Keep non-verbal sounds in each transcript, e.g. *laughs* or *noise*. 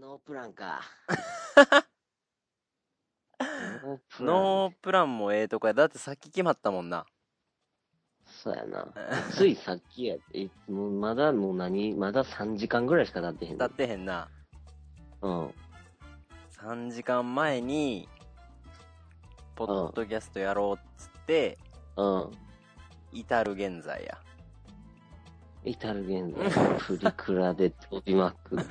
ノープラン *laughs* か。ノープラン。ノープランもええとこや。だってさっき決まったもんな。 *laughs* そうやな。ついさっきや。え、もうまだもう何まだ3時間ぐらいしか経ってへん経の。ってへんな。うん。 3時間前に、ポッドキャストやろうっつって、うん。至る現在や。至る現 *laughs* 在、プリクラで飛びまく *laughs* って。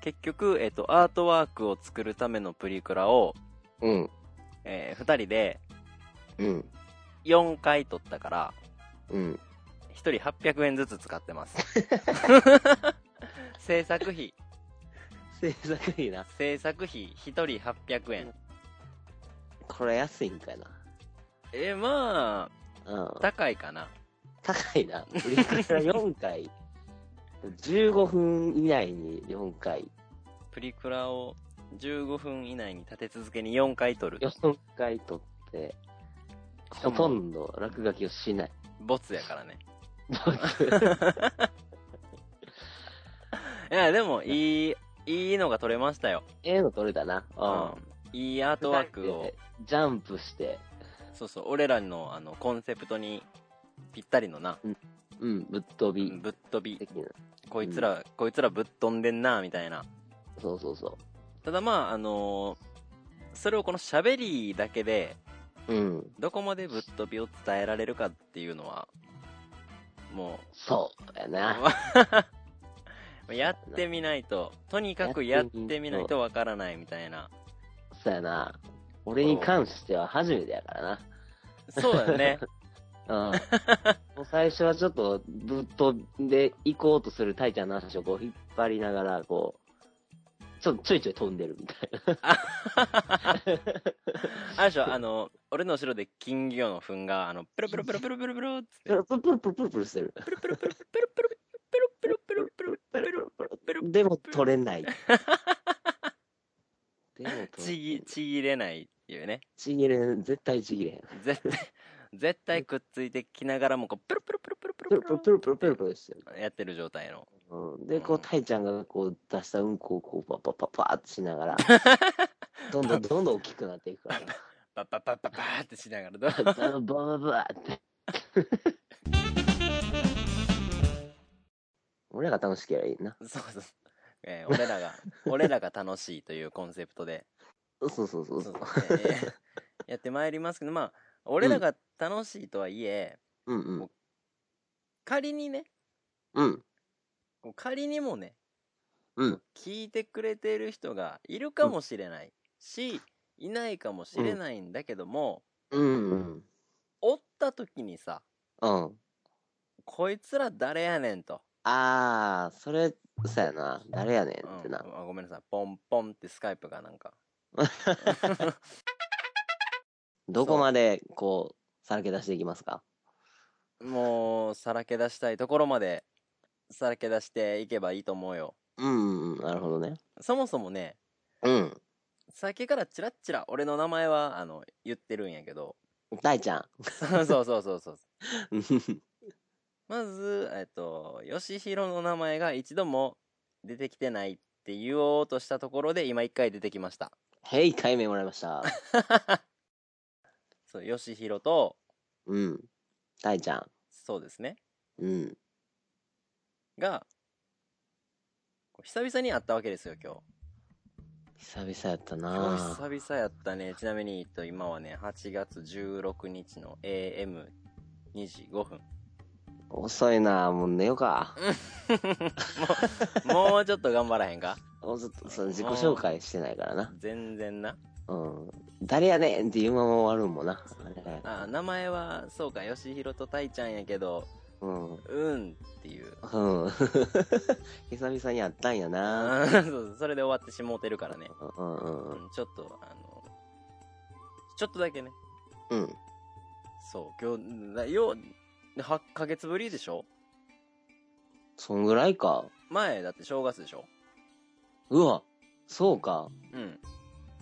結局、えっと、アートワークを作るためのプリクラを、うん。え2人でうん。 4回撮ったから、うん。 1人800円ずつ使ってます。制作費、制作費な。制作費1人800円。これ安いんかな。えー、まあ、うん。高いかな。高いな。プリクラ4回。15分以内に4回。プリクラを15分以内に立て続けに4回撮る。 4回撮って、ほとんど落書きをしない。ボツやからね。僕いや、でも、いい、いいのが撮れましたよ。ええの撮れたな。ううん。ん。いいアートワークをで、ジャンプして、そうそう、俺らの、あの、コンセプトにぴったりのな、うん、ぶっ飛うびんぶっ飛び、的な。こいつら、こいつらぶっ飛んでんな、みたいな。そうそうそただまあ、あのーそれをこの喋りだけで、う。うん。どこまでぶっ飛びを伝えられるかっていうのは、もそうやう、な。 *laughs* やってみないと、とにかくやってみないとわからないみたいな。そうやな。俺に関しては初めてやからな。そうだよ *laughs* ね。 *laughs* うん。もう最初はちょっと、ぶっ飛んで行こうとするタイちゃんの話をこう引っ張りながら、こう、ちょっとちょいちょい飛んでるみたいな。あれでしょ、あの、俺の後ろで金魚の糞が、あの、ペロペロペロペロペロペロっつって、プルプルプルプルプルしてる。ペロペロペロペロペロペロペロペロペロペロペロペロペロでも取れない。でもち取れぎ、ちぎれないっていうね。ちぎれん、絶対ちぎれん。絶対、絶対くっついてきながらも、こう、ペロペロペロペロプペルロプルペプルプルプルプルしてる。ロやってる状態の。うん、で、こう、タイちゃんがこう出したうんこをこう、パッパッパッパーってしながら、どんどんどんどん大きくなっていくからな。パッパッパッパッパーってしながら、ど *laughs* うババババって。俺らが楽しければいいな。そうそう。えー俺らが、俺らが楽しいというコンセプトで、そうそうそうそそうう。そうえーやってまいりますけど、まあ、俺らが楽しいとはいえ、うんうん。仮にね、うん。こう仮にもね、うん。聞いてくれてる人がいるかもしれないし、いないかもしれないんだけども、うんうん。おった時にさ、うん。こいつら誰やねんと。あー、それ、そうやな。誰やねんってなう。んあごめんなさい、ポンポンってスカイプがな *laughs* んか。どこまで、こう、さらけ出していきますかもう、さらけ出したいところまで、さらけ出していけばいいと思うよ。うんうんうん。なるほどね。そもそもね、うん。さっきからチラッチラ俺の名前は、あの、言ってるんやけど、大ちゃそうそうそうそうそう。ん。まず、えっと、ヨシヒロの名前が一度も出てきてないって言おうとしたところで、今一回出てきました。へい、一回目もらいました。そう、ヨシヒロと、うん。大ちゃそうですね、ん。うん。が、こう久々に会ったわけですよ、今日。久々やった今な日久々やったね。ちなみに、えっと、今はね、8月16日の AM2 時5分。遅いなもう寝ようか。もうちょっと頑張らへんかもうちょっと、その自己紹介してないからな。全然な。うん。誰やねんっていうまま終わるんもな。あ、名前は、そうか、ヨシヒロとタイちゃんやけど、うん。うん。うんっていう。 *laughs* 久々に会ったんやなあーそうそれで終わってしもうてるからね。うんうんううん。ん、ちょっと、あの、ちょっとだけね。うん。そう、今日、なよう、8ヶ月ぶりでしょそんぐらいか。前、だって正月でしょうわ、そうか。うん。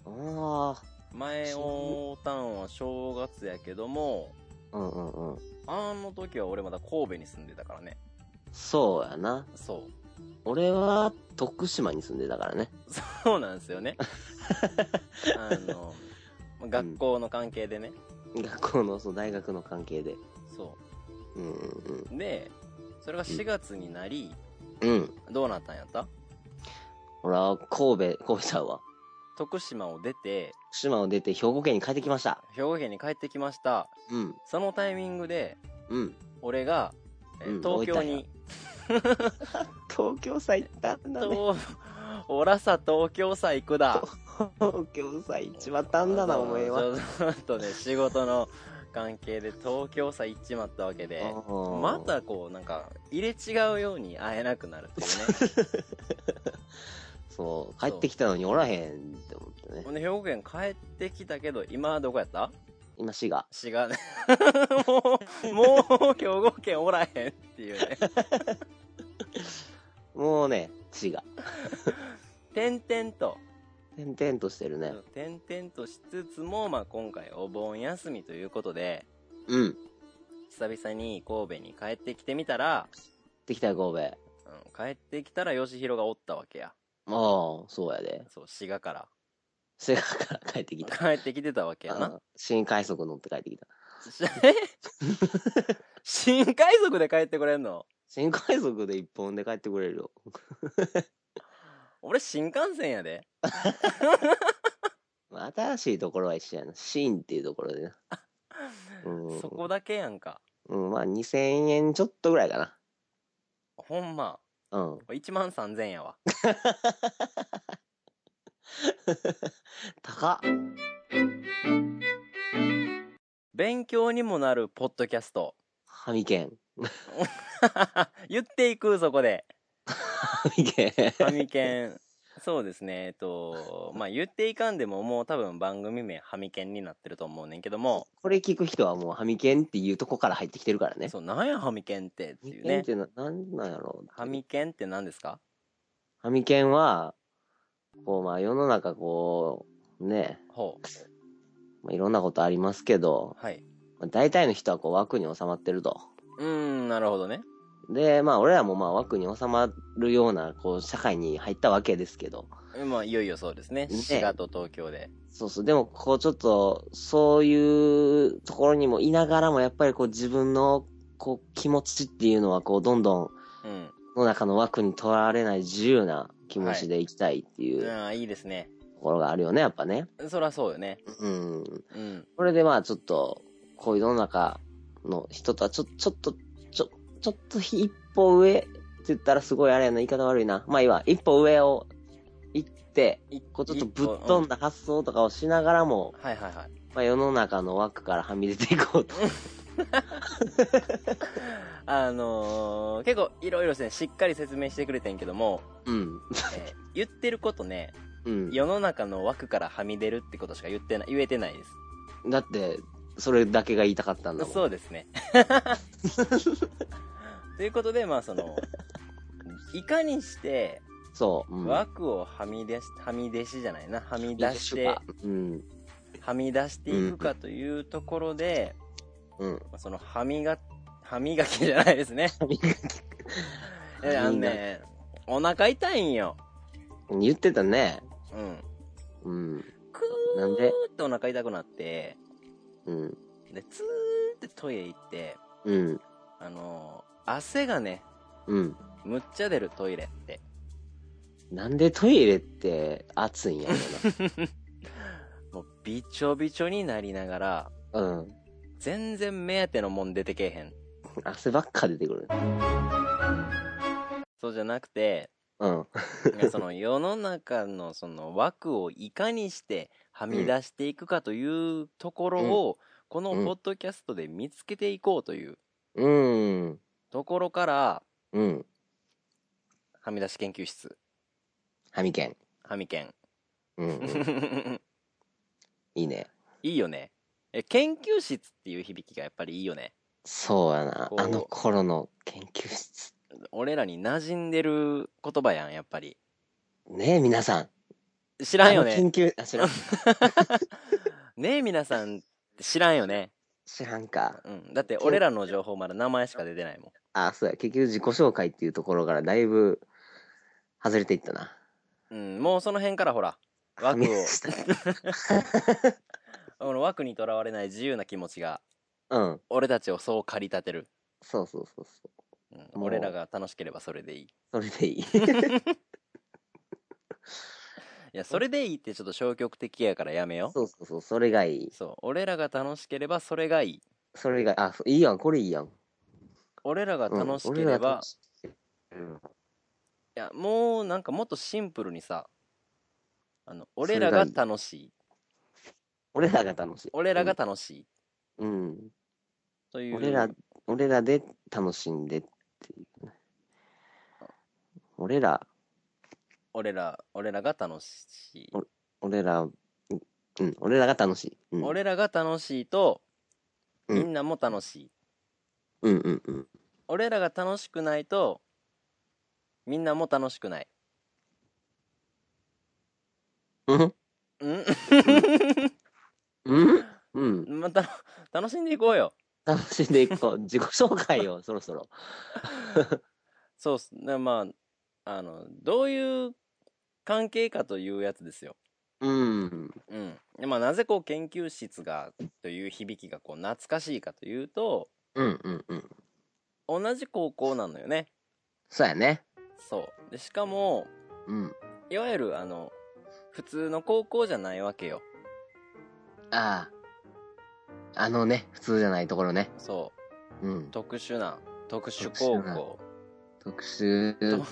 あ前、おーたんは正月やけども、あ。うんうんうん。あの時は俺まだ神戸に住んでたからね。そうやな。そう。俺は、徳島に住んでたからね。そうなんです *laughs* よね。あの、まあ学校の関係でね。学校の、そう、大学の関係で。そうんうんう。で、それが4月になり、うん。うん。どうなったんやった俺は、神戸、神戸ちゃうわ。徳島を出て、徳島を出て兵庫県に帰ってきました。兵庫県に帰ってきました。うん。そのタイミングで、うん。俺が、えーうん東京に、東京最短だね。と、おらさ東京さ行くだ。東京さ行っちまったんだな、お前は。ちょっとね、仕事の関係で東京さ行っちまったわけで、ままたこう、なんか、入れ違うように会えなくなるっていうね。そう、帰ってきたのにおらへんって思ってねほ。んで、兵庫県帰ってきたけど、今はどこやった今、滋賀。滋賀ね。 *laughs* もう、もう兵庫県おらへんっていうね。もうね、滋賀。点々と、点々としてるね。点々としつつも、まあ今回お盆休みということで、うん。久々に神戸に帰ってきてみたら、できたよ、神うん、帰ってきたら吉弘がおったわけや。戸。ああ、そうやで。 *laughs* そう、滋賀から。滋賀から帰ってきた。帰ってきてたわけやあな。あ新快速乗って帰ってきた。え *laughs* 新快速で帰ってこれんの新快速で一本で帰ってくれるよ。俺新幹線やで。まあ新しいところは一緒やな。新っていうところでな。うんそこだけやんか。うん、まあ2000円ちょっとぐらいかほんま。な。うん。 1万3000やわ。高っ。勉強にもなるポッドキャスト。ハミケン。 *laughs* 言っていく、そこで。ハミ *laughs* ケン。ハミケン。そうですね。えっと、まあ、言っていかんでも、もう多分番組名ハミケンになってると思うねんけども、これ聞く人はもうハミケンっていうとこから入ってきてるからね。そう、なんやハミケンってってハミいうケンっね。てな、なんなんやろう。ハミケンって何ですかハミケンは、こうまあ世の中こう、ね、ほう。まあ、いろんなことありますけど、はい。まあ、大体の人はこう枠に収まってると。うーん、なるほどね。で、まあ俺らもまあ枠に収まるようなこう社会に入ったわけですけど、まあ、いよいよそうですね。ね滋賀と東京で。そうそう、でもこうちょっとそういうところにもいながらもやっぱりこう自分のこう気持ちっていうのはこうどんどんうん。世の中の枠にとらわれない自由な気持ちでいきたいっていうとああ、いいですね。ころがあるよね、やっぱね。そらそうよね。うん。うん。これでまあちょっと、こういう世の中の人とはちょ、ちょっと、ちょ、ちょっと一歩上って言ったらすごいあれやな、言い方悪いな。まあいいわ、一歩上を行って、一こうちょっとぶっ飛んだだ。発想とかをしながらも、うんはいはいはい。まあ世の中の枠からはみ出ていこう *laughs* と。あのー、結構いろいろですね、しっかり説明してくれてんけども、うん。えー言ってることね、うん。世の中の枠からはみ出るってことしか言ってない、言えてないです。だって、それだけが言いたかったんだもん。そうで *laughs* すね。ということで、まあその、いかにしてそう。うん、枠をはみ出し、はみ出しじゃないな、はみいい出でししょうて、かうん。はみ出していくかというところで、うん。まあその、はみが、歯磨きじゃないですね。え、あのね、お腹痛いんよ。言ってたね。うん。うん。くーなんでってお腹痛くなって、うん。で、ツーってトイレ行って、うん。あのー汗がね、うん。むっちゃ出るトイレって。なんでトイレって暑いんやろもう、びちょびちょになりながら、う *laughs* な。うん。全然目当てのもん出てけえへん。汗ばっか出てくる。そうじゃなくて、うん。いやその世の中のその枠をいかにしてはみ出していくかというところを、このポッドキャストで見つけていこうといううん。ところから、うん。はみ出し研究室、ハミケン。はみ研。うん、うん。いいね。 *laughs* いいよね。え、研究室っていう響きがやっぱりいいよね。そうやなこ。うあの頃の研究室。俺らに馴染んでる言葉やん、やっぱり。ねえ、皆さん。知らんよあのね。研究、あ、知らん。ねえ、皆さん、知らんよね。知らんか。うん。だって俺らの情報まだ名前しか出てないもん。あ、そうや。結局自己紹介っていうところからだいぶ外れていったな。うん、もうその辺からほら、は枠をみ出した。この枠にとらわれない自由な気持ちが、うん。俺たちをそう駆り立てる。そうそうそうそう。うん、もう俺らが楽しければそれでいい。いそれでいい。や、それでいいってちょっと消極的やからやめよう。そうそうそう。それがいい。そう、俺らが楽しければそれがいい。それがいい。あ、そういいやん。これいいやん。俺らがうん楽しけ俺らがれば楽、しうんいや、もうなんかもっとシンプルにさ、あの、それ俺がいらいが楽しい。俺らが楽しい。俺らが楽しい。うん。という。俺ら、俺らで楽しんでっていう。俺ら、俺ら、俺らが楽しい。俺ら、うんうん、俺らが楽しい。うん、俺らが楽しいと、うんみんなも楽しい。うんうんうん。俺らが楽しくないと、みんなも楽しくない。うんうん *laughs* うんうん。また、楽しんでいこうよ。楽しんでいこう。自己紹介を、 *laughs* そろそろ。そうっすね。まあ、あの、どういう関係かというやつですよ。うん。うん。でまあ、なぜこう研究室が、という響きがこう懐かしいかというと、うんうんうん。同じ高校なのよね。そうやね。そう。で、しかも、うん。いわゆるあの、普通の高校じゃないわけよ。ああ。あのね、普通じゃないところね。そうう。ん。特殊な、特殊高校。特殊、と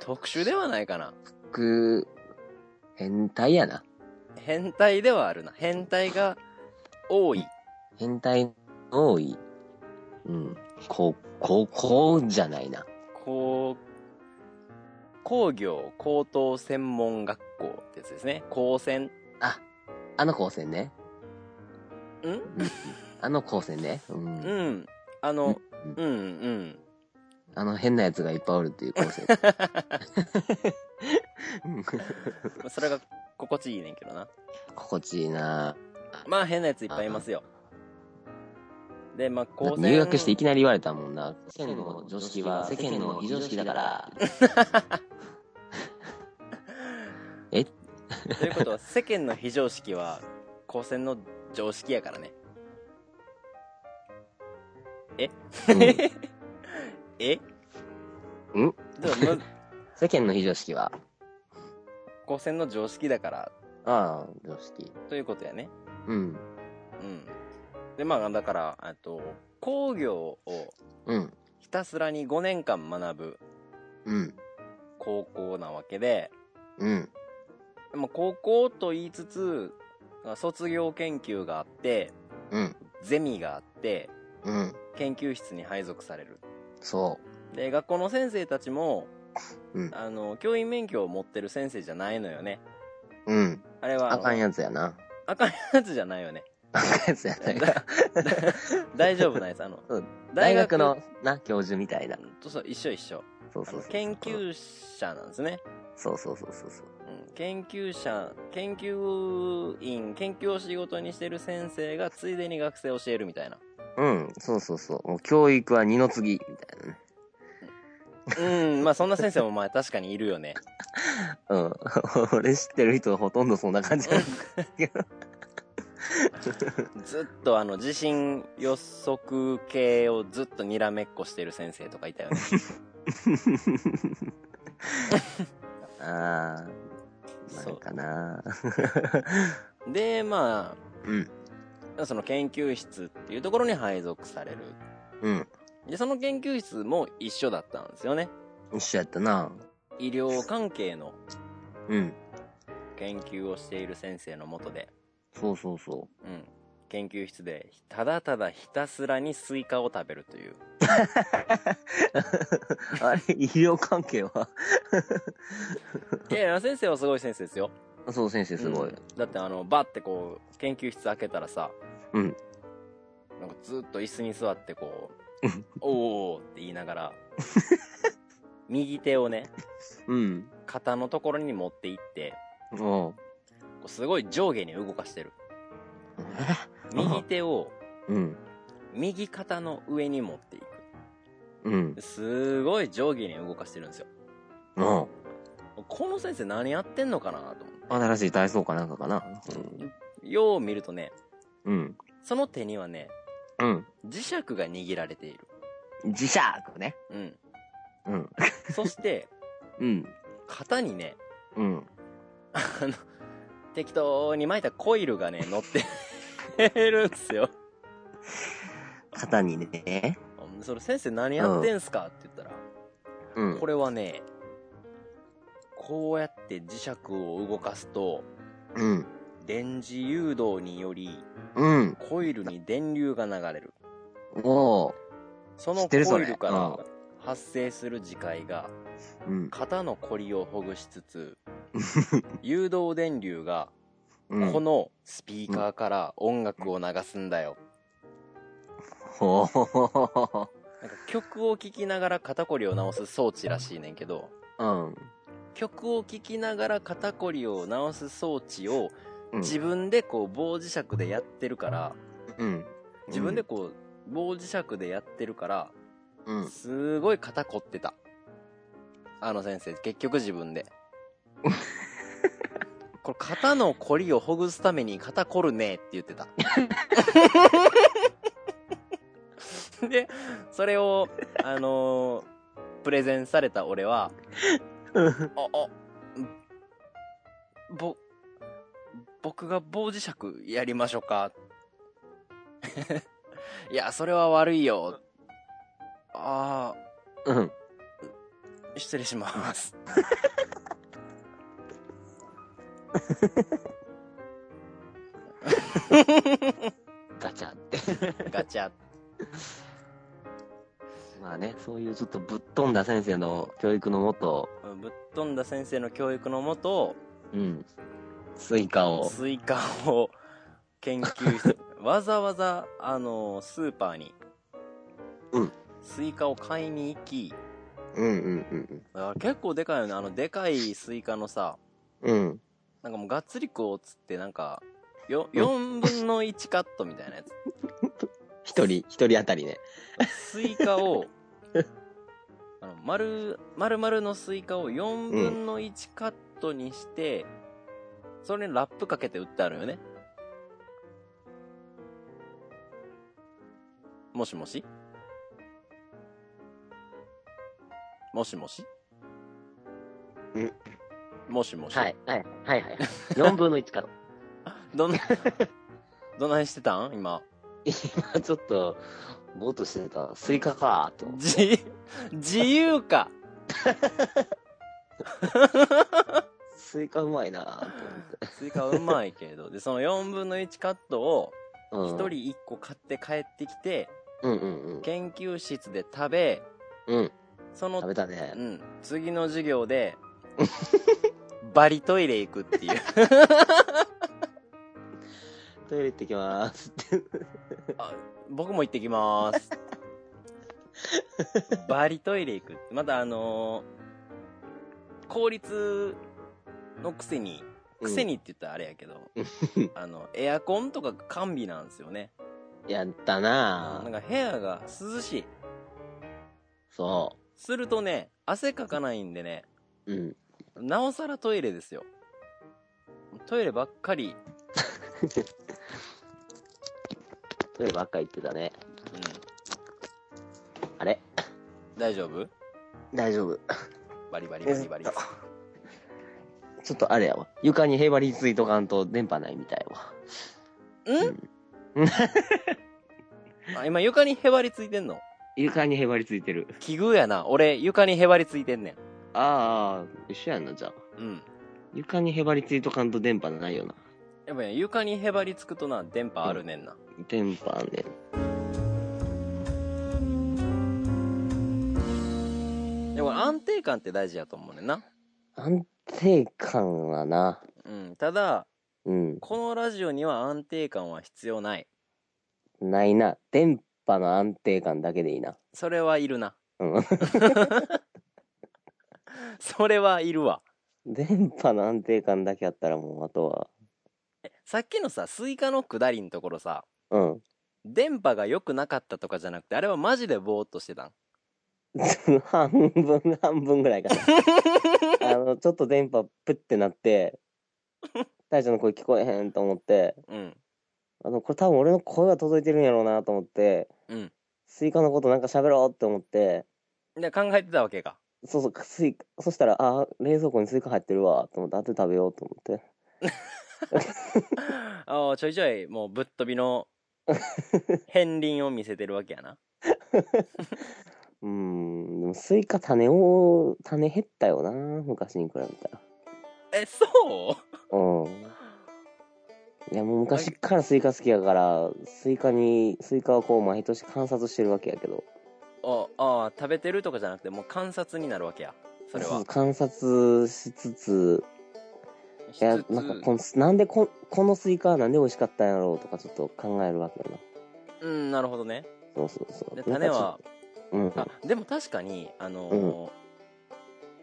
特殊ではないかな。特、変態やな。変態ではあるな。変態が多い。変態の多い。うん。こう、こう、こうじゃないな。こう、工業高等専門学校ってやつですね。高専。あ、あの高専ね。んあの高専ね。うん。うん。あの、うんうん。あの変なやつがいっぱいおるっていう *laughs* 構成。うん *laughs* それが心地いいねんけどな。心地いいなまあ変なやついっぱいいますよ。で、まあぁ。だっ高て専。入学していきなり言われたもんな。世間の常識は世間の非常識だから。ということは世間の非常識は高専の常識やからね。え、うんえんちょっとむ世間の非常識は、高専の常識だからああ、常識。ということやね。うん。うん。で、まあ、だから、あと、工業をうん。ひたすらに5年間学ぶうん。高校なわけで、うん。まあ、高校と言いつつ、まあ卒業研究があって、うん。ゼミがあって、うん。研究室に配属される。そで、学校の先生たちも、うんあの、教員免許を持ってる先生じゃないのよね。う。うん。あれは、あかんややつやな。あかんやつじゃないよね。あかんやつやない *laughs* か。大丈夫ないです。あのうん、 *laughs* 大学大の、な、教授みたいな。学。とそう、一緒一緒。そうあそうのそう。研。究者なんですね。そうそうそうそうそう。うん研究者研究員研究を仕事にしてる先生がついでに学生を教えるみたいなうん。そうそうそう。もう教育は二の次、みたいなね。うんまあそんな先生もまあ確かにいるよねうん。 *laughs* 俺知ってる人ほとんどそんな感じなんですけど。ずっとあの地震予測系をずっとにらめっこしてる先生とかいた *laughs* よね *laughs* ああ、なそんかな。うでまうん。あその研究室っていうところに配属されるうん。でその研究室も一緒だったんですよね一緒やったな。医療関係のうん。研究をしている先生のもとでそうそうそうん、研究室でただただひたすらにスイカを食べるとい *laughs* うう。あれ、医療関係はいやいや先生はすごい先生ですよそう、先生 *laughs* すごい。うんだってあのバッてこう研究室開けたらさうんなんかずっと椅子に座ってこ *laughs* ううん「おーおー」って言いながら右手をねうん。肩のところに持っていっておうこうすごい上下に動 *laughs* かしてる右手をうん。右肩の上に持っていくうん。すごい上下に動かしてるんですよおうこの先生何やってんのかなと思って新しい体操かなんかかな。よう見るとねうん。その手にはねうん。磁石が握られている磁石ね。うんうん。 *laughs* そしてうん。肩にねうん。あの適当に巻いたコイルがね乗ってるんですよ肩にね。うんそれ先生何やってんすかって言ったら、うんこ。れはねこうやって磁石を動かすとうん。電磁誘導によりうん。コイルに電流が流れるおー。そ知のってるそコれイルから発生する磁界がうん。肩のコリをほぐしつ *laughs* つ誘導電流がうん。このスピーカーから音楽を流すんだよほー。なんか曲を聴きながら肩こりを直す装置らしいねんけどうん。曲を聴きながら肩こりを直す装置をうん自分でこう棒磁石でやってるからうん。自分でこう棒磁石でやってるからうん。すごい肩凝ってたあの先生結局 *laughs* 自分でこれ肩の凝りをほぐすために肩凝るねって言ってた *laughs* でそれをあのープレゼンされた俺はうん。あ、あ、ぼ、僕が棒磁石やりましょうか。 *laughs* いや、それは悪いよ。あうん。あ、失礼します。ガチャって。 *laughs* ガチャ。まあね、そういうちょっとぶっ飛んだ先生の教育のもと、ぶっ飛んだ先生の教育のもと、うん。スイカを。スイカを研究 *laughs* して、わざわざ、あの、スーパーに、うんスイカを買いに行き、うんうんあ結構でかいよね。あの、でかいスイカのさ、うん。うん。なんかもうがっつりこうつってなんかよ4分の1カットみたいなや一人、一人当たりね。つスイカをあの丸丸々のスイカを4分の1カットにして、それにラップかけて売ってあるよねもしもしもしもしんもしもし、はい、はい、はい、はい。4分の1から。どんな *laughs* どないしてたん今今 *laughs* ちょっと、ぼーっとしてた。スイカかーと。自、 *laughs* 自由か。スイカうまいなーと思って。スイカうまいけれど。で、その4分の1カットを、うん1人1個買って帰ってきて、うんうんうん。研究室で食べ、うん。その食、べたうね。ん、次の授業で、バリトイレ行くっていう。 *laughs* トイレ行ってきまーすって。あ僕も行ってきまーす。バリトイレ行くって。まだあのー効率のくせに、くせにって言ったらあれやけど、 *laughs* うんあの、エアコンとか完備なんですよね。やったななーんか部屋が涼しい。そするとね、汗かかないんでね、う。うん。なおさらトイレですよ。トイレばっかり、トイレばっか行ってたね。うん、あれ大丈夫大丈夫。バリバリバリバリえっ。ちょっと *laughs* あれやわ。床にへばりついとかんと電波ないみたいわ。ん *laughs* あ今床にへばりついてんの床にへばりついてる。奇遇やな。俺、床にへばりついてんねあーあー、一緒やんな、じゃあ。ん。うん。床にへばりついとかんと電波ないよな。やっぱね、床にへばりつくとな、電波あるねんな。電波あんねん。でも安定感って大事やと思うねんな。安定感はな。うん。ただ、うん。このラジオには安定感は必要ない。ないな。電波の安定感だけでいいな。それはいるな。うん。 *laughs* それはいるわ。電波の安定感だけあったらもう、あとは。さっきのさ、スイカの下りのところさ、うん。電波が良くなかったとかじゃなくて、あれはマジでぼーっとしてたん。半分、半分ぐらい *laughs* かな。あの、ちょっと電波プってなって、大将の声聞こえへんと思って、うん。あの、これ多分俺の声が届いてるんやろうなと思って、うん。スイカのことなんか喋ろうって思って、で、考えてたわけか。 *laughs* そうそう、スイカ、そしたら、あー、冷蔵庫にスイカ入ってるわと思って、後で食べようと思って。ああ、ちょいちょい、もうぶっ飛びの、 *laughs* 片鱗を見せてるわけやな。うーん、でもスイカ種を、種減ったよな昔に比べたら。え、そううん。いや、もう昔っからスイカ好きやから、スイカに、スイカをこう毎年観察してるわけやけど。あああ、食べてるとかじゃなくて、もう観察になるわけや。それそうそはう。観察しつつ、しいやつ、つなんかこの、なんでこ、このスイカはなんで美味しかったんやろうとかちょっと考えるわけやな。うん、なるほどね。そうそうそう。で、なん種かちょは、うん。あ、でも確かに、あのー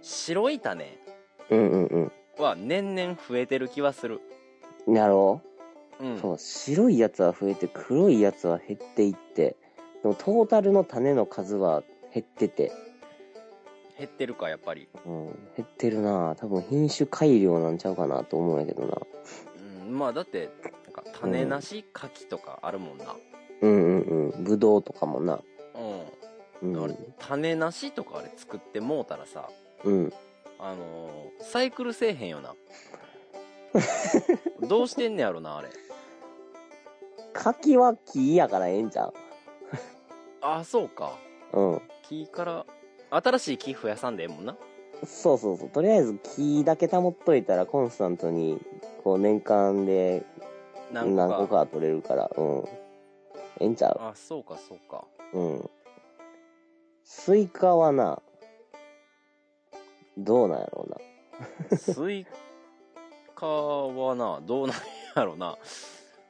白い種うんうんは年々増えてる気はする。うん。やろうう、ん。そう、白いやつは増えて、黒いやつは減っていって、でもトータルの種の数は減ってて、減ってるか、やっぱり。うん、減ってるな多分品種改良なんちゃうかなと思うんやけどな。うん、まあだって、なんか種なし柿とかあるもんな。うんうんうん。ぶどうとかもな。う。うんあんれ。、種なしとかあれ作ってもうたらさ、うん。あのーサイクルせえへんよな。どうしてんねやろな、あれ。柿は木やからええんちゃあ、そうか。ううん。木から、新しい木増やさんでええもんな。そうそうそう。とりあえず木だけ保っといたらコンスタントに、こう年間でなん何か。個かは取れるから、うん。ええんちゃうあ、そうか、そうか。うん。スイカはな、どうなんやろうな。スイカはな、どうなんやろな。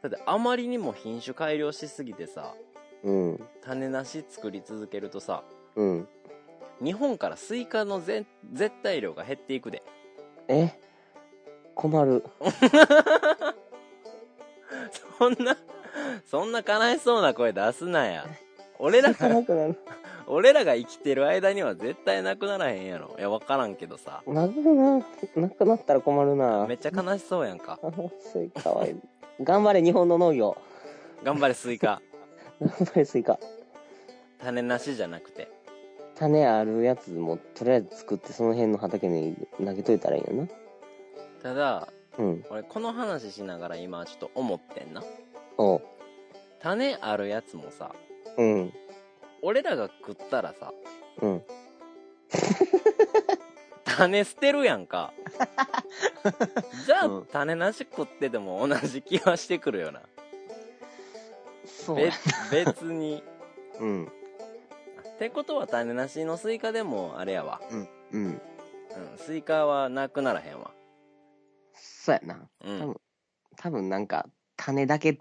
だってあまりにも品種改良しすぎてさ、うん。種なし作り続けるとさ、うん。日本からスイカのぜ絶対量が減っていくで。え困る。そんな、そんな悲しそうな声出すなや。俺らか *laughs* *laughs* が、なくなる。俺らが生きてる間には絶対なくならへんやろ。いや、わからんけどさ。なくな、なくなったら困るな。めっちゃ悲しそうやんか。あのスイカはいい。頑張れ、日本の農業。頑張れ、スイカ。頑張れ、スイカ。種なしじゃなくて。種あるやつも、とりあえず作って、その辺の畑に投げといたらいいよな。ただ、うん。俺この話しながら今ちょっと思ってんなおう。種あるやつもさうん。俺らが食ったらさうん。種捨てるや *laughs* んかじゃあ、うん種なし食ってても同じ気はしてくるよなそべ別にうん。ってことは種なしのスイカでもあれやわ、うん。うん。うん、スイカはなくならへんわそうやな。うん多分多分なんか、種だけ、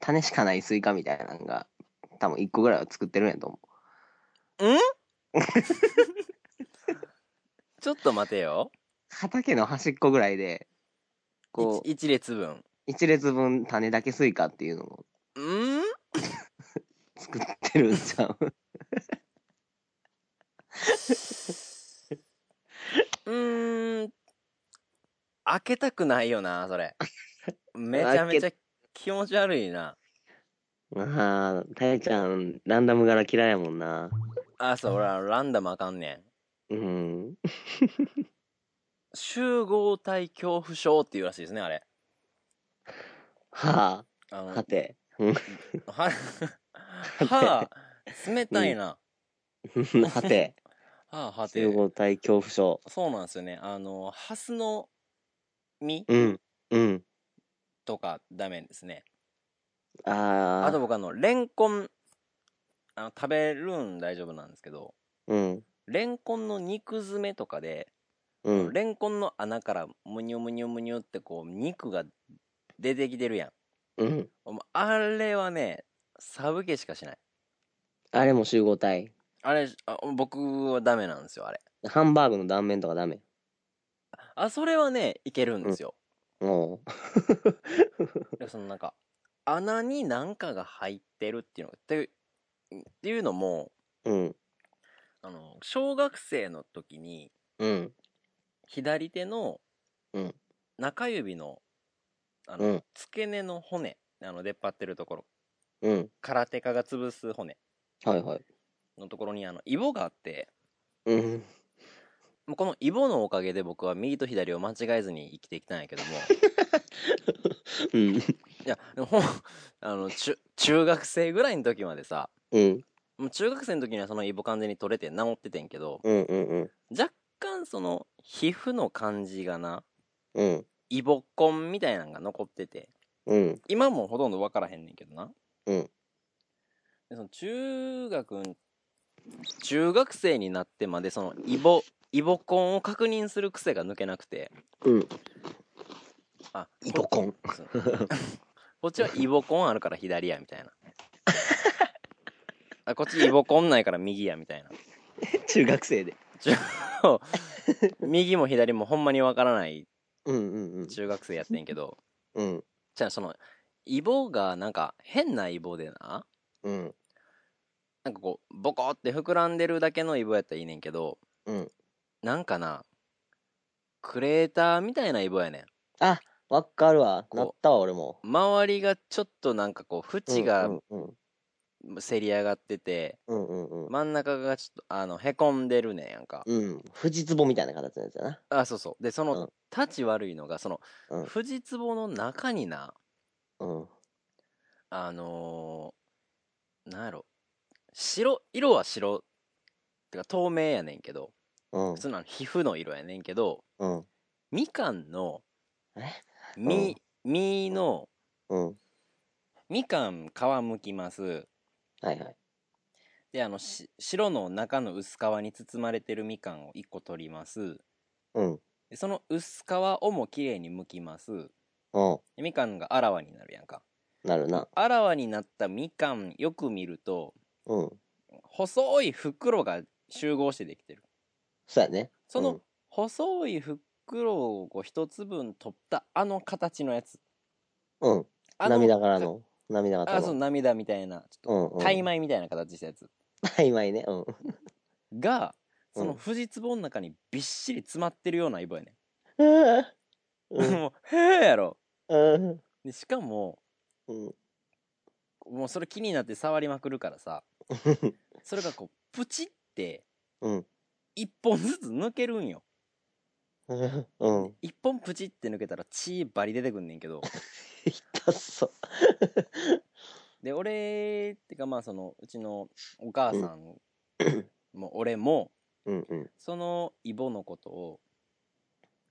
種しかないスイカみたいなのが、多分一個ぐらいは作ってるんやと思う。んちょっと待てよ畑の端っこぐらいで、こう、一一列分一列分種だけスイカっていうのもうん作ってるんちゃううーん。開けたくないよな、*laughs* それ。めちゃめちゃ気持ち悪いな。 *laughs* ああ、たやちゃん、ランダム柄嫌いやもんな。あ、そう、俺はランダムあかんねん。うん。集合体恐怖症っていうらしいですね、あれ。はああ、の、はて。 *laughs* は、はあ、冷たいな。はて。はあ、はて集。合体恐怖症。そうなんですよね。あの、ハスの実うん。うん。とかダメですね。ああ。あと、僕あの、レンコン、あの、食べるん大丈夫なんですけど、うん。レンコンの肉詰めとかで、うん。レンコンの穴からむにゅむにゅむにゅってこう肉が出てきてるやんうん。お前あれはね寒気しかしないあれも集合体。あれあ僕はダメなんですよあれハンバーグの断面とかダメ。あそれはねいけるんですよ、もでそのなんか穴に何かが入ってるっていうのがってっていうのもう。うん。あの、小学生の時に、うん。左手のうん中指の、あうのん、付け根の骨、あの、出っ張ってるところ、うん。空手家が潰す骨はいはい。のところに、あの、イボがあって、うん。もうこのイボのおかげで僕は右と左を間違えずに生きてきたんやけども、うん。いや、でもほん、あの、中、中学生ぐらいの時までさ、うん。もう中学生の時にはそのイボ完全に取れて治っててんけど、うん。うん。若干その、皮膚の感じがな、うん。イボコンみたいなのが残ってて、うん。今もほとんど分からへんねんけどな。うんでその中学ん、中学生になってまでそのイボ、イボコンを確認する癖が抜けなくて、うん。 *laughs* あ、イボコン。そう *laughs* こっちはイボコンあるから左やみ *laughs* たいなあこっちイボコンないから右やみたいな中学生で。右も左もほんまにわからないうんうんうん。中学生やってんけどうん。じゃあそのイボがなんか変なイボでなうん。なんかこうボコって膨らんでるだけのイボやったらいいねんけど、うんなんかなクレーターみたいなイボやねんあ、わかるわ。こなうったわ、俺も。周りがちょっとなんかこう縁がうんうんせり上がってて、うんうんうんうん。真ん中がちょっとあのへこんでるねんやんか、うん。藤壺みたいな形のやつだな。あそうそうでその、うん立ち悪いのがその、うん藤壺の中になうん。あのー、なんやろ白色は白てか透明やねんけどうん普。通のあの皮膚の色やねんけどうん。みかんのえみ、みのうん。みかん皮むきますはいはい。であのし白の中の薄皮に包まれてるみかんを1個取りますうん。でその薄皮をもきれいにむきますうん。でみかんがあらわになるやんかなるな。あらわになったみかんよく見るとうん。細い袋が集合してできてるそうやね。そうんの細い袋をこう一粒取ったあの形のやつうん。あの涙からの。涙あ型そうの。涙みたいなちょっうんうとん。タイ米みたいな形したやつ曖昧ね。うん。がうんその藤壺の中にびっしり詰まってるようなイボやねうんん、もうへえやろうん。でしかもうん。もうそれ気になって触りまくるか *laughs* らさそれがこうプチってうん。一本ずつ抜けるんようん。うん。一本プチって抜けたら血バリ出てくんねんけど痛そう。で俺ってかまあそのうちのお母さんも俺もうんうん。そのイボのことを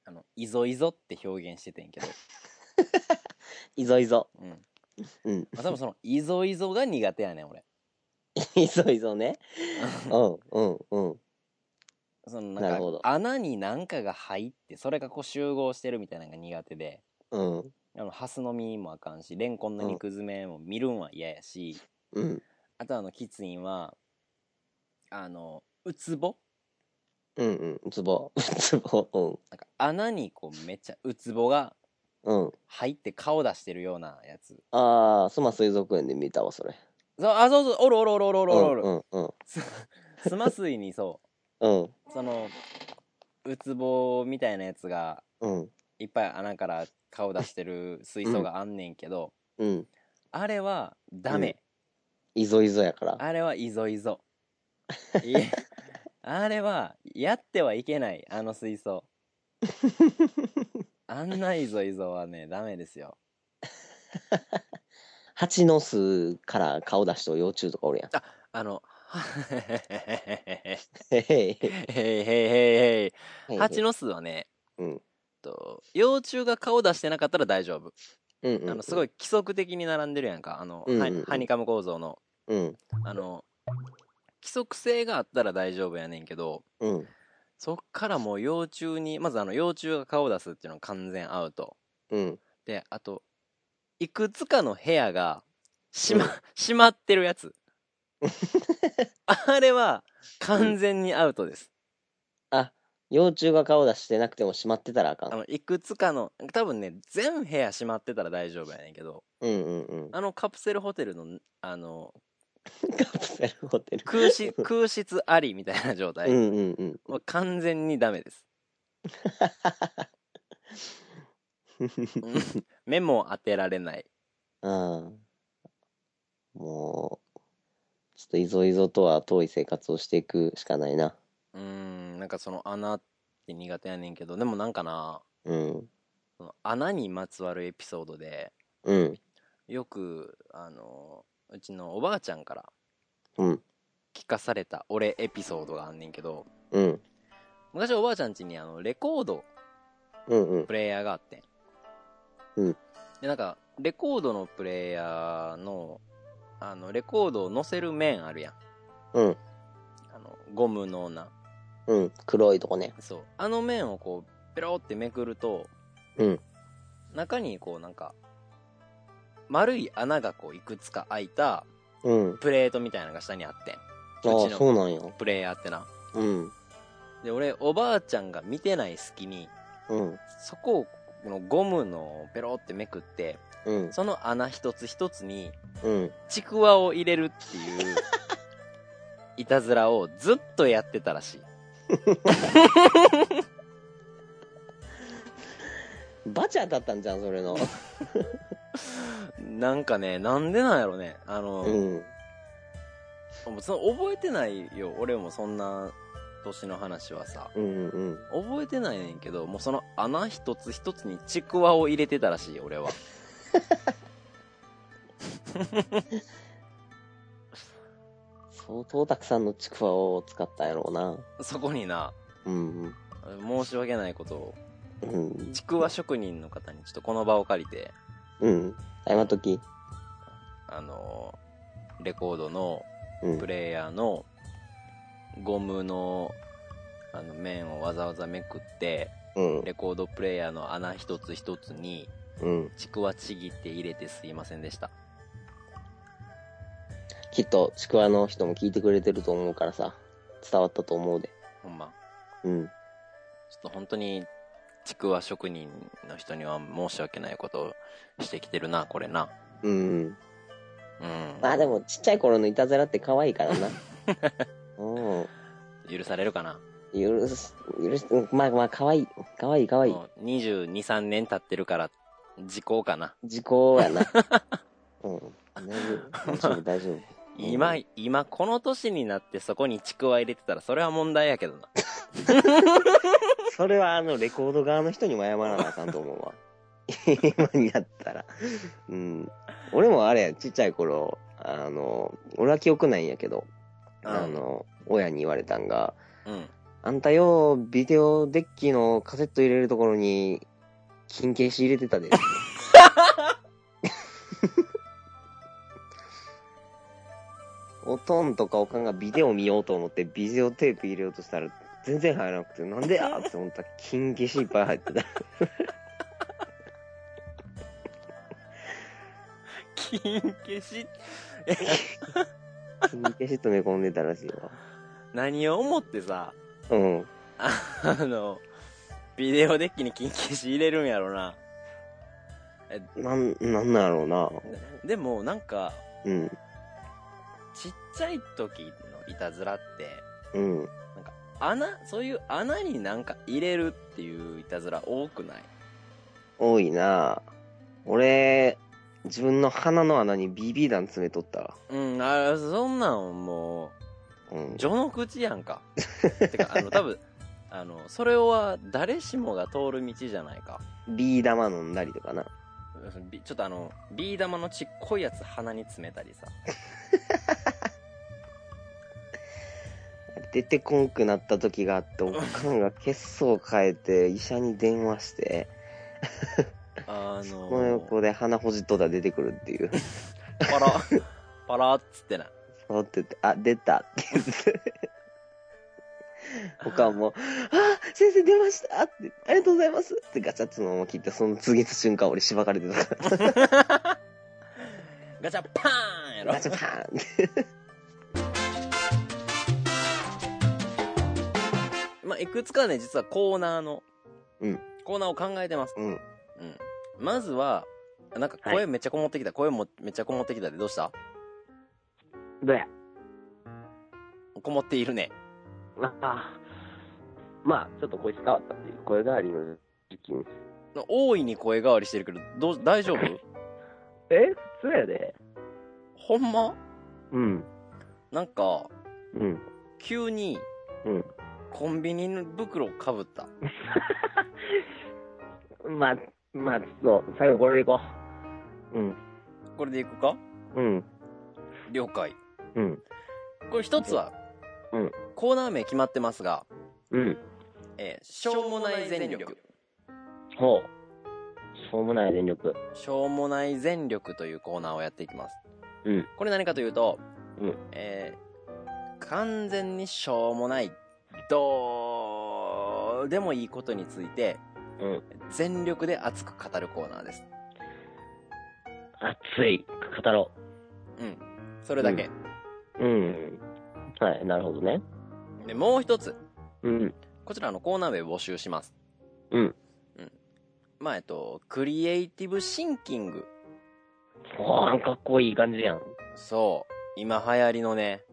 あのイゾイゾって表現しててんけど、いぞいぞ。うんまうん。あ、多分そのイゾイゾが苦手やねん *laughs* 俺いぞいぞね。うんうんうん。そのななるほんどか穴になんかが入ってそれがこう集合してるみたいなのが苦手でうん。あのハスの実もあかんしレンコンの肉詰めも見るんは嫌やし、うん。あとあのキツインはあのウツボうんうん。つ *laughs* ぼ。つぼ。なんか穴にこうめっちゃウツボがうん。うん。入って顔出してるようなやつああ、スマ水族園で見たわ、それ。そうあそうそうおるおるおるおるおうるおる、んうんすスマスイにそうん。うそのウツボみたいなやつがうん。いっぱい穴から顔出してる水槽があんねんけど、うん。あれはダメ、いぞいぞやから。あれはイゾ *laughs* イゾいえあれはやってはいけないあの水槽あんなイゾイゾはねダメですよ蜂の巣から顔出しと幼虫とかおる *laughs* やん。あのへへへへへいへいへいへい。蜂のの巣はね、うんと幼虫が顔出してなかったら大丈夫。うんうんうんあのすごい規則的に並んでるやんか。あの、うんうんうんハハニカム構造の。うんあの、規則性があったら大丈夫やねんけど、うんそっからもう幼虫に、まずあの幼虫が顔出すっていうのは完全アウト。うんで、あと、いくつかの部屋が、 *laughs* しま、閉まってるやつ。あれは完全にアウトです。幼虫が顔出してなくてもしまってたらあかあん。のいくつかの多分ね全部屋閉まってたら大丈夫やねんけどうんうんうん。あのカプセルホテルのあのカプセルホテル。*laughs* 空室、空室ありみたいな状態。うんうんうん。もう完全にダ *laughs* メです。うん目も当てられない。ああ。もう、ちょっといぞいぞとは遠い生活をしていくしかないな。うーん、なんかその穴って苦手やねんけど、でもなんかな、うん。その穴にまつわるエピソードで、うん。よく、あの、うちのおばあちゃんからうん。聞かされた俺エピソードがあんねんけど、うん。昔おばあちゃん家にあのレコードうんうんプ。レイヤーがあってうんでなんかレコードのプレイヤーのあのレコードを載せる面あるやんうん。あのゴムのなうん。黒いとこね。そうあの面をこうペロってめくるとうん。中にこうなんか丸い穴がこういくつか開いたうん。プレートみたいなのが下にあってんあうあ、ちのそうなんや。プレイヤーってなうん。で俺おばあちゃんが見てない隙にうん。そこをこのゴムのペロってめくってうん。その穴一つ一つにうん。ちくわを入れるっていういたずらをずっとやってたらしいバチ当たったんじゃん、それの。なんかねなんでなんやろねあの、うん。もうその覚えてないよ俺もそんな年の話はさうんうん。覚えてないねんけどもうその穴一つ一つにちくわを入れてたらしい俺は相当たくさんのちくわを使ったんやろうな。そこになうん申し訳ないことをうん。うん。ちくわ職人の方にちょっとこの場を借りてうん。謝っとき。あのレコードのうんプ。レイヤーのゴムのあの面をわざわざめくってうん。レコードプレイヤーの穴一つ一つにうん。ちくわちぎって入れてすいませんでしたきっと、ちくわの人も聞いてくれてると思うからさ、伝わったと思うで。ほんまうん。ちょっと本当にちくわ職人の人には申し訳ないことをしてきてるなこれなうん。うんまあでも、ちっちゃい頃のいたずらって可愛いから *laughs* な。うん。許されるかな許す、許す、うんまあまあ、可愛い。可愛い可愛い。もう223年経ってるから時効かな時効やな。うん。大丈夫、大丈夫。今、今この年になってそこにちくわ入れてたらそれは問題やけどな *laughs* それはあのレコード側の人にも謝らなあかんと思うわ。今になったら。うん。俺もあれ、ちっちゃい頃、あの、俺は記憶ないんやけど、あの、親に言われたんが、 *laughs* うんあんたよう、ビデオデッキのカセット入れるところに、金消し入れてたで。おとんとかおかんがビデオ見ようと思って、ビデオテープ入れようとしたら、全然入らなくて、なんでやって思ったら、金消しいっぱい入ってた。金消し金消しとめ込んでたらしいわ。何を思ってさうん。あのビデオデッキに金消し入れるんやろななん、なんなんやろうな。でもなんかうん。ちっちゃい時のいたずらってうん。穴そういう穴になんか入れるっていういたずら多くない多いな俺、自分の鼻の穴に BB 弾詰めとったわ。うんあそんなんもうんう。序の口やん *laughs* かてかあの多分あのそれは誰しもが通る道じゃないかビー玉飲んだりとかな。ビちょっとあのビー玉のちっこいやつ鼻に詰めたりさ出てこんくなった時があって、おかんが血相を変えて、医者に電話して、あそのの横で鼻ほじっとったら出てくるっていう。パラ、パラっつってな。そうって言って、あ、出たって言って。おかんも、あ、先生出ましたって、ありがとうございますってガチャッつのまま切って、その次の瞬間俺しばかれてたか *laughs* ガチャパーンやら、ろガチャパーンって。まあ、いくつかね、実はコーナーの、うんコーナーを考えてます。うん。うん。まずは、なんかは声いめっちゃこもってきた。声もめっちゃこもってきたで、どうしたどや。こもっているね。ああ。まあ、ちょっと声伝わったっていう声変わりの時期に。大いに声変わりしてるけど、どう、大丈夫 *laughs* え普通やで。ほんまうん。なんか、うん。急にうん。コンビニの袋をかぶった。まあ、まあ、そう、最後これでいこう。うん。これでいくかうん。了解。うん。これ一つは、うんコーナー名決まってますが、うん。えーしょうもない全力。ほう。しょうもない電力。しょうもない全力というコーナーをやっていきます。うん。これ何かというと、うんえー完全にしょうもない、どうでもいいことについて、うん。全力で熱く語るコーナーです。熱い。語ろうん。それだけ。う。うん。はい、なるほどね。で、もう一つ。うん。こちらのコーナー名募集します。うん。うん。まあ、えっと、クリエイティブシンキング。おー、かっこいい感じやん。そう。今流行りのね、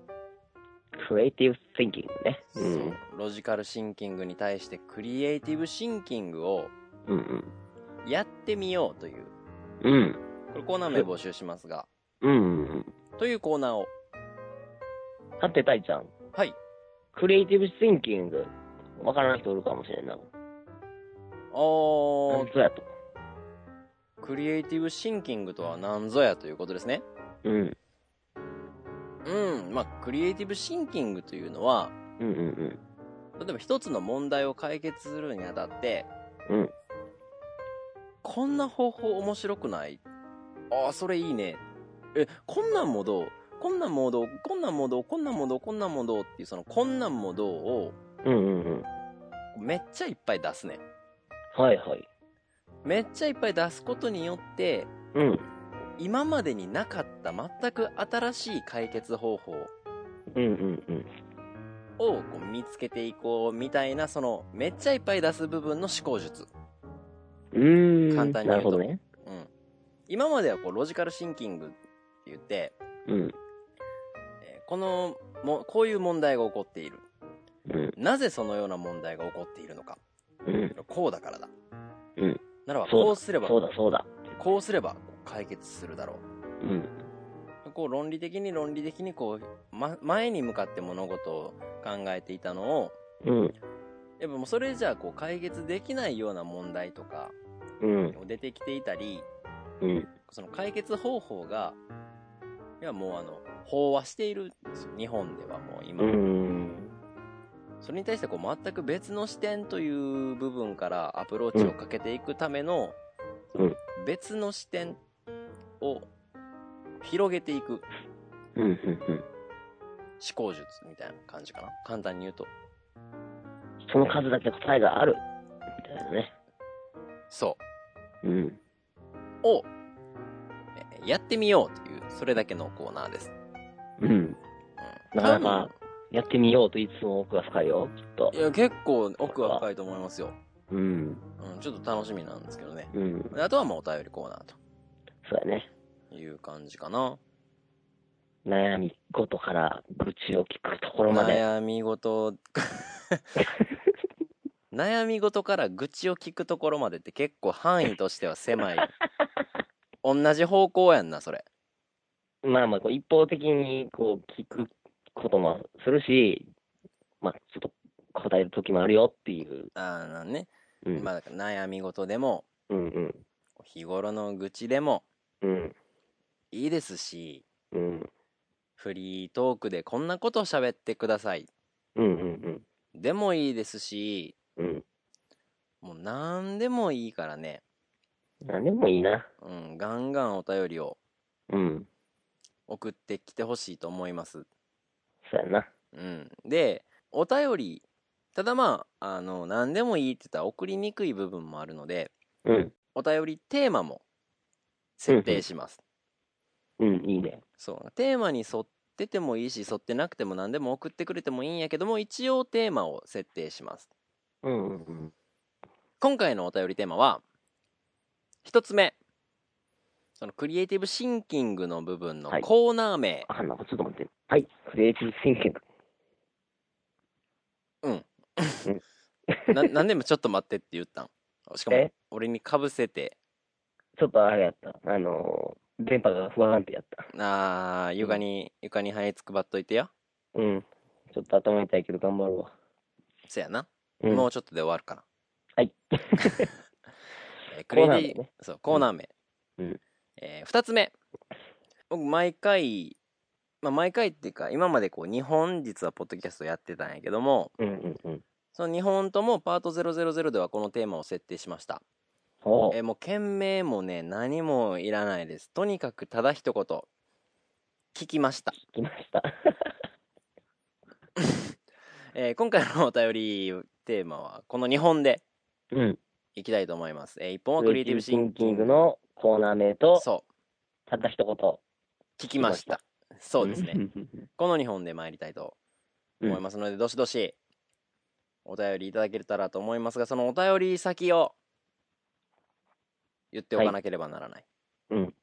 クリエイティブ・シンキングね。そう。ロジカルシンキングに対してクリエイティブシンキングをうん。うんやってみようという、うん。これコーナー名募集しますが、うん。うん。というコーナーを、さて、たいちゃん。はい。クリエイティブ・シンキング。わからん人おるかもしれんな。おー、そうやと。クリエイティブシンキングとは何ぞやということですね。うん。うん。まあ、クリエイティブシンキングというのは、うんうん例えば一つの問題を解決するにあたって、うんこんな方法面白くないああ、それいいね。え、こんなんもどうこんなんもどうこんなんもどうこんなんもどうこんなんもどうっていう、その、こんなんもどうを、うん。うんうんうん。めっちゃいっぱい出すね。はいはい。めっちゃいっぱい出すことによって、うん。今までになかった全く新しい解決方法うんうんうん。をこう見つけていこうみたいな、その、めっちゃいっぱい出す部分の思考術。うーん。簡単にな言うとるほどね。うん。今まではこう、ロジカルシンキングって言って、うん。えーこの、も、こういう問題が起こっている。うん。なぜそのような問題が起こっているのか。うん。こうだからだ。うん。ならば、そうだこうすれば、そうだそうだ。こうすれば解決するだろうん。う。こう論理的に論理的にこう、ま、前に向かって物事を考えていたのを、うん。やっぱもうそれじゃあこう解決できないような問題とかうん。出てきていたり、うん。その解決方法が、いやもうあの、飽和しているんですよ。日本ではもう今。うん。それに対してこう全く別の視点という部分からアプローチをかけていくための、うん別の視点を広げていく思うん。うん。考術みたいな感じかな。簡単に言うと。その数だけ答えがある。みたいなね。そうん。う。を、えーやってみようという、それだけのコーナーです。うん。うん、なかなかやってみようといつも奥が深いよ、きっと多分。いや、結構奥は深いと思いますよ。うん。うん、ちょっと楽しみなんですけどね。うん。であとはもうお便りコーナーそうやね。という感じかな。悩み事から愚痴を聞くところまで。悩 *laughs* み事悩み事から愚痴を聞くところまでって結構範囲としては *laughs* 狭い同じ方向やんなそれまあまあ、こう一方的にこう聞くこともするし、まあ、ちょっと答える時もあるよっていう。あーなんね、うん。まあ、だから悩み事でもうんうん。日頃の愚痴でもうん。いいですしうん。フリートークでこんなことを喋ってくださいうんうんでもいいですしうん。うん。もう何でもいいからね何でもいいな。うんガンガンお便りをうん。送ってきてほしいと思いますそうやな。うん。で、お便り、ただまあ、あの、何でもいいって言ったら送りにくい部分もあるので、うん。お便りテーマも設定します。うん、いいね。そう。テーマに沿っててもいいし、沿ってなくても何でも送ってくれてもいいんやけども、一応テーマを設定します。うんうんうん。今回のお便りテーマは、一つ目、そのクリエイティブシンキングの部分のはいコーナー名。あ、なんかちょっと待って。はい。クリエイティブシンキング。 *laughs* ななんでもちょっと待ってって言ったんしかもえ、俺にかぶせて、ちょっとあれやった。あのー、電波が不安定やった。あー、床に、床に這いつくばっといてよ。うん。ちょっと頭痛いけど頑張るわ。そやな。うん、もうちょっとで終わるから。はい。 *laughs* えークリエイテコーナーィ名ねそう、コーナー名。うんうんえー二つ目。僕、毎回、まあ、毎回っていうか、今までこう、2本実はポッドキャストやってたんやけども、うんうんうん。その2本ともパート000ではこのテーマを設定しました。ほえーもう、件名もね、何もいらないです。とにかく、ただ一言。聞きました。う、来ました。えー今回のお便りテーマは、この2本でうん。いきたいと思います。え1本はククリリエエイイティティブブシシンキンキンンググ。のコーナー名と、そう。たった一言。聞きました。そうですね。。この2本で参りたいと思いますので、どしどしお便りいただけたらと思いますが、そのお便り先を言っておかなければならない。はいうん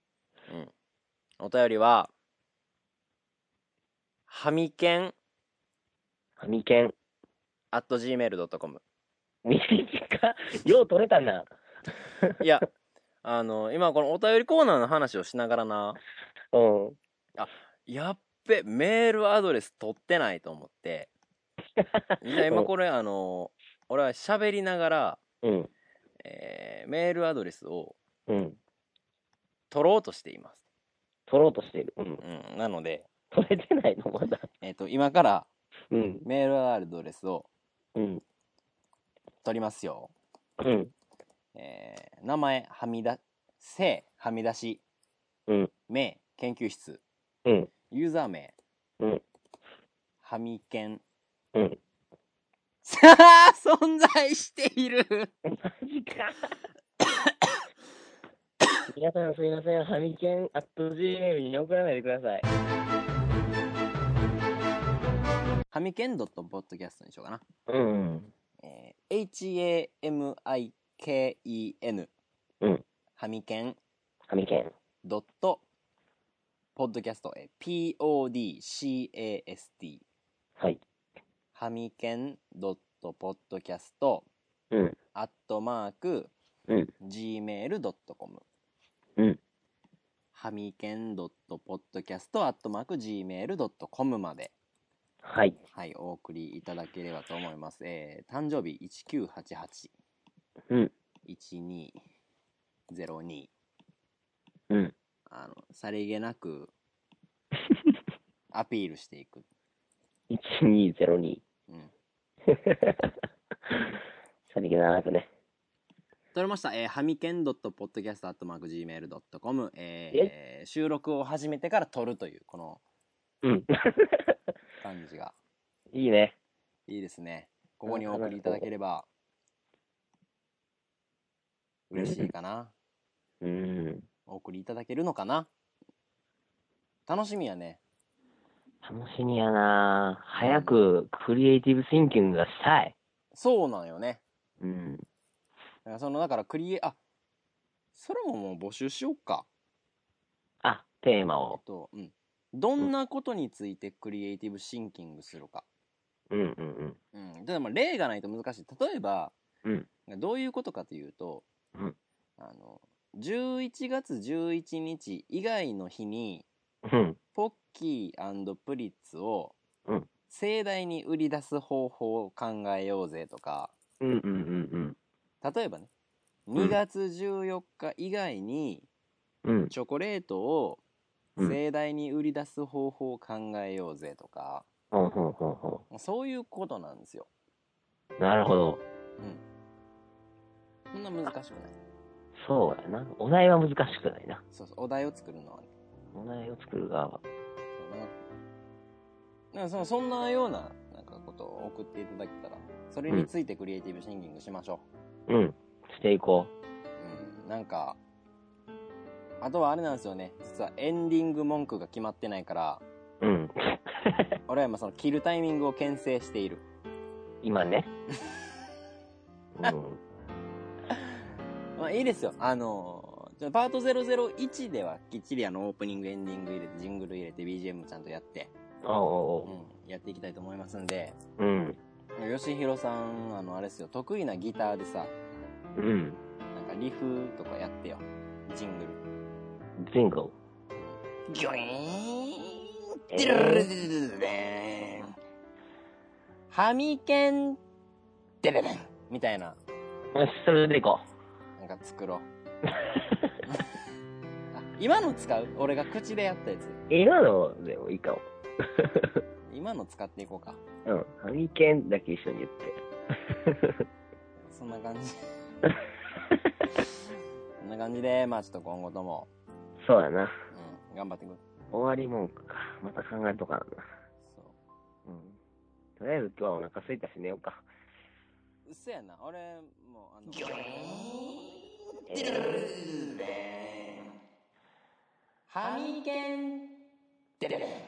うん。お便りは、はみけんハミケ *laughs* ン。*laughs* at gmail.com。短いよう取れたな。いや、あの、今このお便りコーナーの話をしながらな、うん。やっべ、メールアドレス取ってないと *laughs* 思って。じゃあ今これ、あの、俺は喋りながら、うん。えーメールアドレスをうん。取ろうとしています。取ろうとしてる。うん。うん、なので、取れてないの、まだ。えっ、と、今からうん。メールアドレスをうん。取りますよ。うん。えー名前、はみだ、性、はみ出し、うん名、研究室、うんユーザー名、うんはみけん。うん。さあ、 *laughs* 存在している。マジか。皆さんすいません。ハミケン、アット Gmail に送らないでください。はみけん .podcast にしようかな。うん。えー hamikeen、うん、はみけんハミケン。ドット、ポッドキャスト、えー podcast、はい。はみけんドットポッドキャスト、うん。アットマーク、うん。 gmail.com。うん。はみけんドットポッドキャスト、アットマーク、gmail.com まで、はい。はい、お送りいただければと思います。えー、誕生日1988。うん。 1202。うん。あの、さりげ *laughs* なく、アピールしていく。 1202。うん。さりげなくね。取れました。えー、はみけん .podcast.gmail.com。えー、収録を始めてから撮るという、このうん。感じが。いいね。いいですね。ここにお送りいただければ、うん嬉しいかな。うん。お送りいただけるのかな。楽しみやね。楽しみやな早くクリエイティブシンキングがしたい。そうなんよね。うん。だからその、だからクリエ、あ、それももう募集しよっか。あ、テーマえっを。と、うん。どんなことについてクリエイティブシンキングするか。うんうんうん。うん。ただまあ例がないと難しい。例えば、うんどういうことかというと、うんあの、11月11日以外の日に、うん。ポッキープリッツをうん盛大に売り出す方法を考えようぜとか、うんうんうん例えばね、ん2月14日以外にうん。うん。チョコレートをうん盛大に売り出す方法を考えようぜとか、ほうほうほうほそういうことなんですよ。う。なるほど。そんな難しくない。そうやな。お題は難しくないな。そうそう、お題を作るのはね。お題を作る側は。そうななんかそのそんなようななんかことを送っていただけたら、それについてクリエイティブシンキングしましょう。うん。していこうん、なんか、あとはあれなんですよね。実はエンディング文句が決まってないから、う。うん。俺は今その切るタイミングを牽制している。今 *laughs* ね。うん。まあいいですよ。あのーそのパート001ではきっちりあのオープニングエンディング入れてジングル入れて BGM ちゃんとやって、おうおうおうん、やっていきたいと思いますんでう。うん。吉弘さんあのあれですよ得意なギターでさうん。なんかリフとかやってよジングルジングル。ギョイーンえーデルルルルルルルーンハミケンデレレンみたいなよし、それでいこなんか作ろうあ今の使う俺が口でやったやつう。今のでもいいかも。今の使っていこうかうん。ハミケンだけ一緒に言って。そんな感じ *laughs* そんな感じでまあちょっと今後とも、そうやな。うん、頑張っていく終わりもんか。また考えとかな。そううん。とりあえず今日はお腹空いたし寝ようか。うっせやな俺もうあのハミケンデレレン